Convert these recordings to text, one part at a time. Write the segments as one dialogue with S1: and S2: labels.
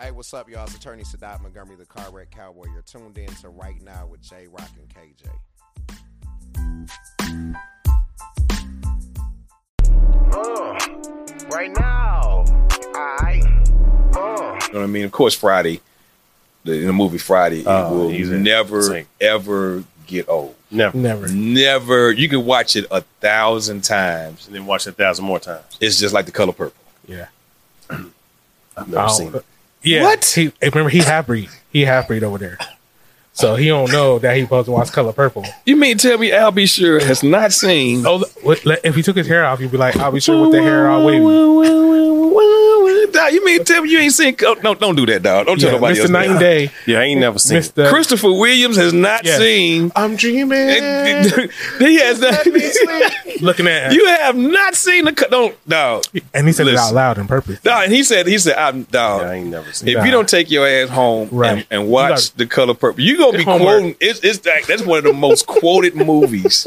S1: Hey, what's up, y'all? It's attorney Sadat Montgomery, the car wreck cowboy. You're tuned in to Right Now with J Rock and KJ.
S2: Uh, right now. Alright. Uh.
S3: You know what I mean? Of course, Friday, the, in the movie Friday, it
S4: Oh,
S3: will
S4: he's in
S3: never,
S4: sync.
S3: ever get old.
S4: Never.
S5: Never.
S3: Never. You can watch it a thousand times.
S4: And then watch it a thousand more times.
S3: It's just like the color purple.
S5: Yeah.
S3: I've never
S5: Oh,
S3: seen it.
S5: Yeah. What? He, remember, he half breed. He half breed over there. So he don't know that he supposed to watch Color Purple.
S3: You mean tell me Al B. Sure has not seen?
S5: Oh, what- like, if he took his hair off, you'd be like, I'll be sure with the hair all wavy.
S3: Dog, you mean tell me you ain't seen? Oh, no, don't do that, dog. Don't
S5: Yeah,
S3: tell nobody
S5: Mr.
S3: else.
S5: Night
S3: that.
S5: and Day,
S4: Yeah, I ain't never seen it.
S5: Mr.
S3: Christopher Williams has not
S5: Yes.
S3: seen.
S5: I'm dreaming.
S3: he has not.
S5: looking at
S3: you have not seen the. co- Don't dog.
S5: and he said it out
S3: listen.
S5: loud on purpose.
S3: Dog, and he said he said I'm dog.
S4: Yeah, I ain't never seen
S3: If
S4: it.
S3: you don't take your ass home
S5: Right.
S3: and, and watch
S5: You gotta-
S3: the color purple, you're gonna be
S5: Homework.
S3: quoting. It's, it's like, that's one of the most quoted movies.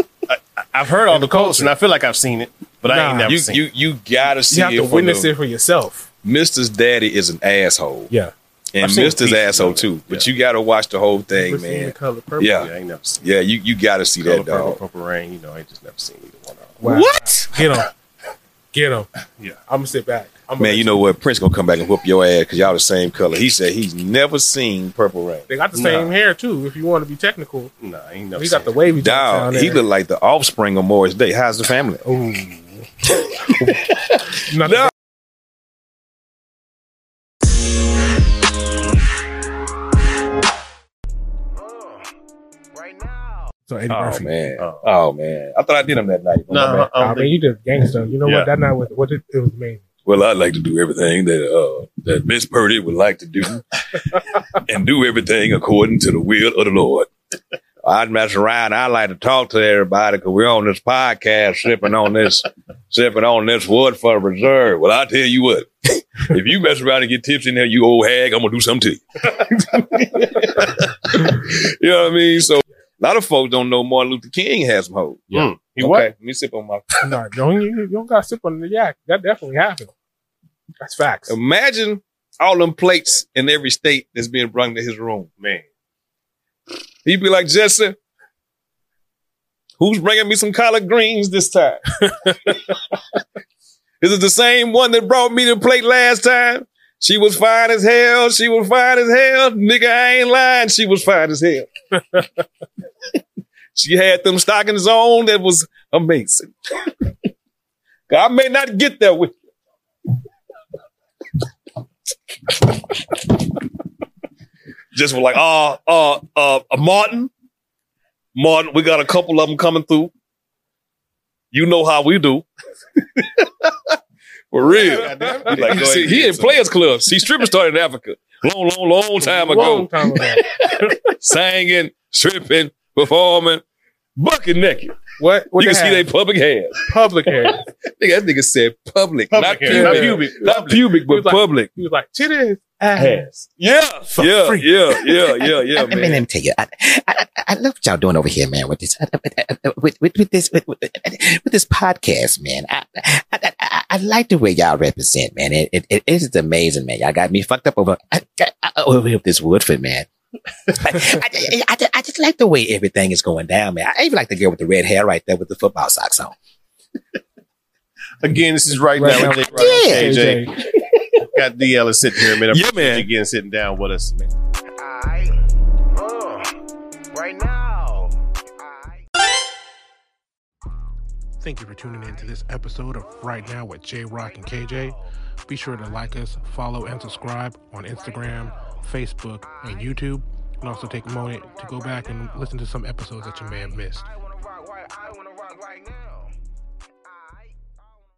S4: I've heard all the quotes and I feel like I've seen it, but I ain't
S5: Nah.
S4: never
S3: You
S4: seen
S3: you
S4: it.
S3: you gotta see
S5: You have
S3: it.
S5: to
S3: from
S5: witness
S3: the-
S5: it for yourself.
S3: Mister's daddy is an asshole,
S5: Yeah.
S3: and
S4: I've seen
S3: Mister's
S4: pieces
S3: asshole
S4: of it.
S3: too. But
S4: Yeah.
S3: you gotta watch the whole thing,
S5: Ever seen
S3: man.
S5: the Color Purple?
S3: Yeah.
S4: Yeah, I ain't never seen
S3: Yeah, you you gotta see
S4: it. Color
S3: that
S4: Purple,
S3: dog.
S4: Purple Rain, you know, I ain't just never seen either one of them.
S5: Wow.
S3: What?
S5: Get him. Get him.
S4: Yeah.
S5: I'm gonna sit back. I'm
S3: Man, you know what? Prince gonna come back and whoop your ass because y'all the same color. He said he's never seen Purple Rain.
S5: they got the same
S4: Nah.
S5: hair too. If you want to be technical,
S4: No, I ain't never
S5: he
S4: seen
S5: got the
S4: it.
S5: wavy. joints down
S3: Dog,
S5: there. Oh,
S3: he looked like the offspring of Morris Day. How's the family?
S5: Not
S3: No.
S2: Right now.
S5: So Eddie
S3: Oh
S5: Murphy.
S3: man,
S4: Oh.
S3: oh man. I thought I did him that night.
S4: No, I don't
S3: um,
S5: I mean,
S4: think-
S5: you just gangster. You know
S4: Yeah.
S5: what? That night was what it, it was amazing.
S3: Well, I'd like to do everything that uh, that Miss Purdy would like to do, and do everything according to the will of the Lord. I'd mess around. I like to talk to everybody because we're on this podcast, sipping on this, sipping on this wood for a reserve. Well, I tell you what, if you mess around and get tipsy in there, you old hag, I'm gonna do something to you. you know what I mean? So a lot of folks don't know Martin Luther King had some hoes.
S4: Yeah. He
S3: okay,
S4: what?
S3: let me sip on my
S5: no, don't you, you don't got to sip on the yak. That definitely happened. That's facts.
S3: Imagine all them plates in every state that's being brought to his room.
S4: Man.
S3: He'd be like, Jesse, who's bringing me some collard greens this time? Is it the same one that brought me the plate last time? She was fine as hell. She was fine as hell. Nigga, I ain't lying. She was fine as hell. she had them stockings on that was amazing. I may not get that with you. Just were like, uh, uh, uh, Martin, Martin, we got a couple of them coming through. You know how we do. For real.
S4: Goddamn.
S3: Like,
S4: You
S3: see,
S4: see,
S3: he in players clubs. See, strippers started in Africa long, long, long time ago.
S5: Long time ago.
S3: Singing, stripping, performing, bucket naked.
S5: what? What
S3: you can see
S5: they
S3: they
S5: have?
S3: public hands.
S5: public hair.
S3: Nigga, that nigga said public,
S4: Public
S3: not
S4: hair,
S3: pubic, not
S4: not pubic.
S3: pubic,
S5: He
S3: but
S5: was like-
S3: public.
S5: He was like titties, ass.
S3: Yeah, yeah, yeah, yeah, yeah, yeah,
S6: I, I mean, let
S3: man.
S6: me tell you, I, I, I- I love what y'all doing over here, man. With this, with with, with this, with, with with this podcast, man. I, I, I, I- I like the way y'all represent, man. It, it, it is amazing, man. Y'all got me fucked up over I, I, I- over here with this Woodford, man. I, I, I, I just like the way everything is going down, man. I even like the girl with the red hair right there with the football socks on.
S4: Again, this is right,
S5: Right
S4: now.
S5: now.
S4: with Jay Rock
S6: Yeah.
S4: and KJ.
S5: JJ.
S4: Got DL is sitting here, man.
S3: Yeah, man.
S4: Again, sitting down with us, man.
S2: Alright. Uh. Right now. Alright.
S7: Thank you for tuning in to this episode of Right Now with J Rock and KJ. Be sure to like us, follow, and subscribe on Instagram, Facebook, and YouTube. And also take a moment to go back and listen to some episodes that you may have missed.
S2: I wanna rock right. I wanna rock right now.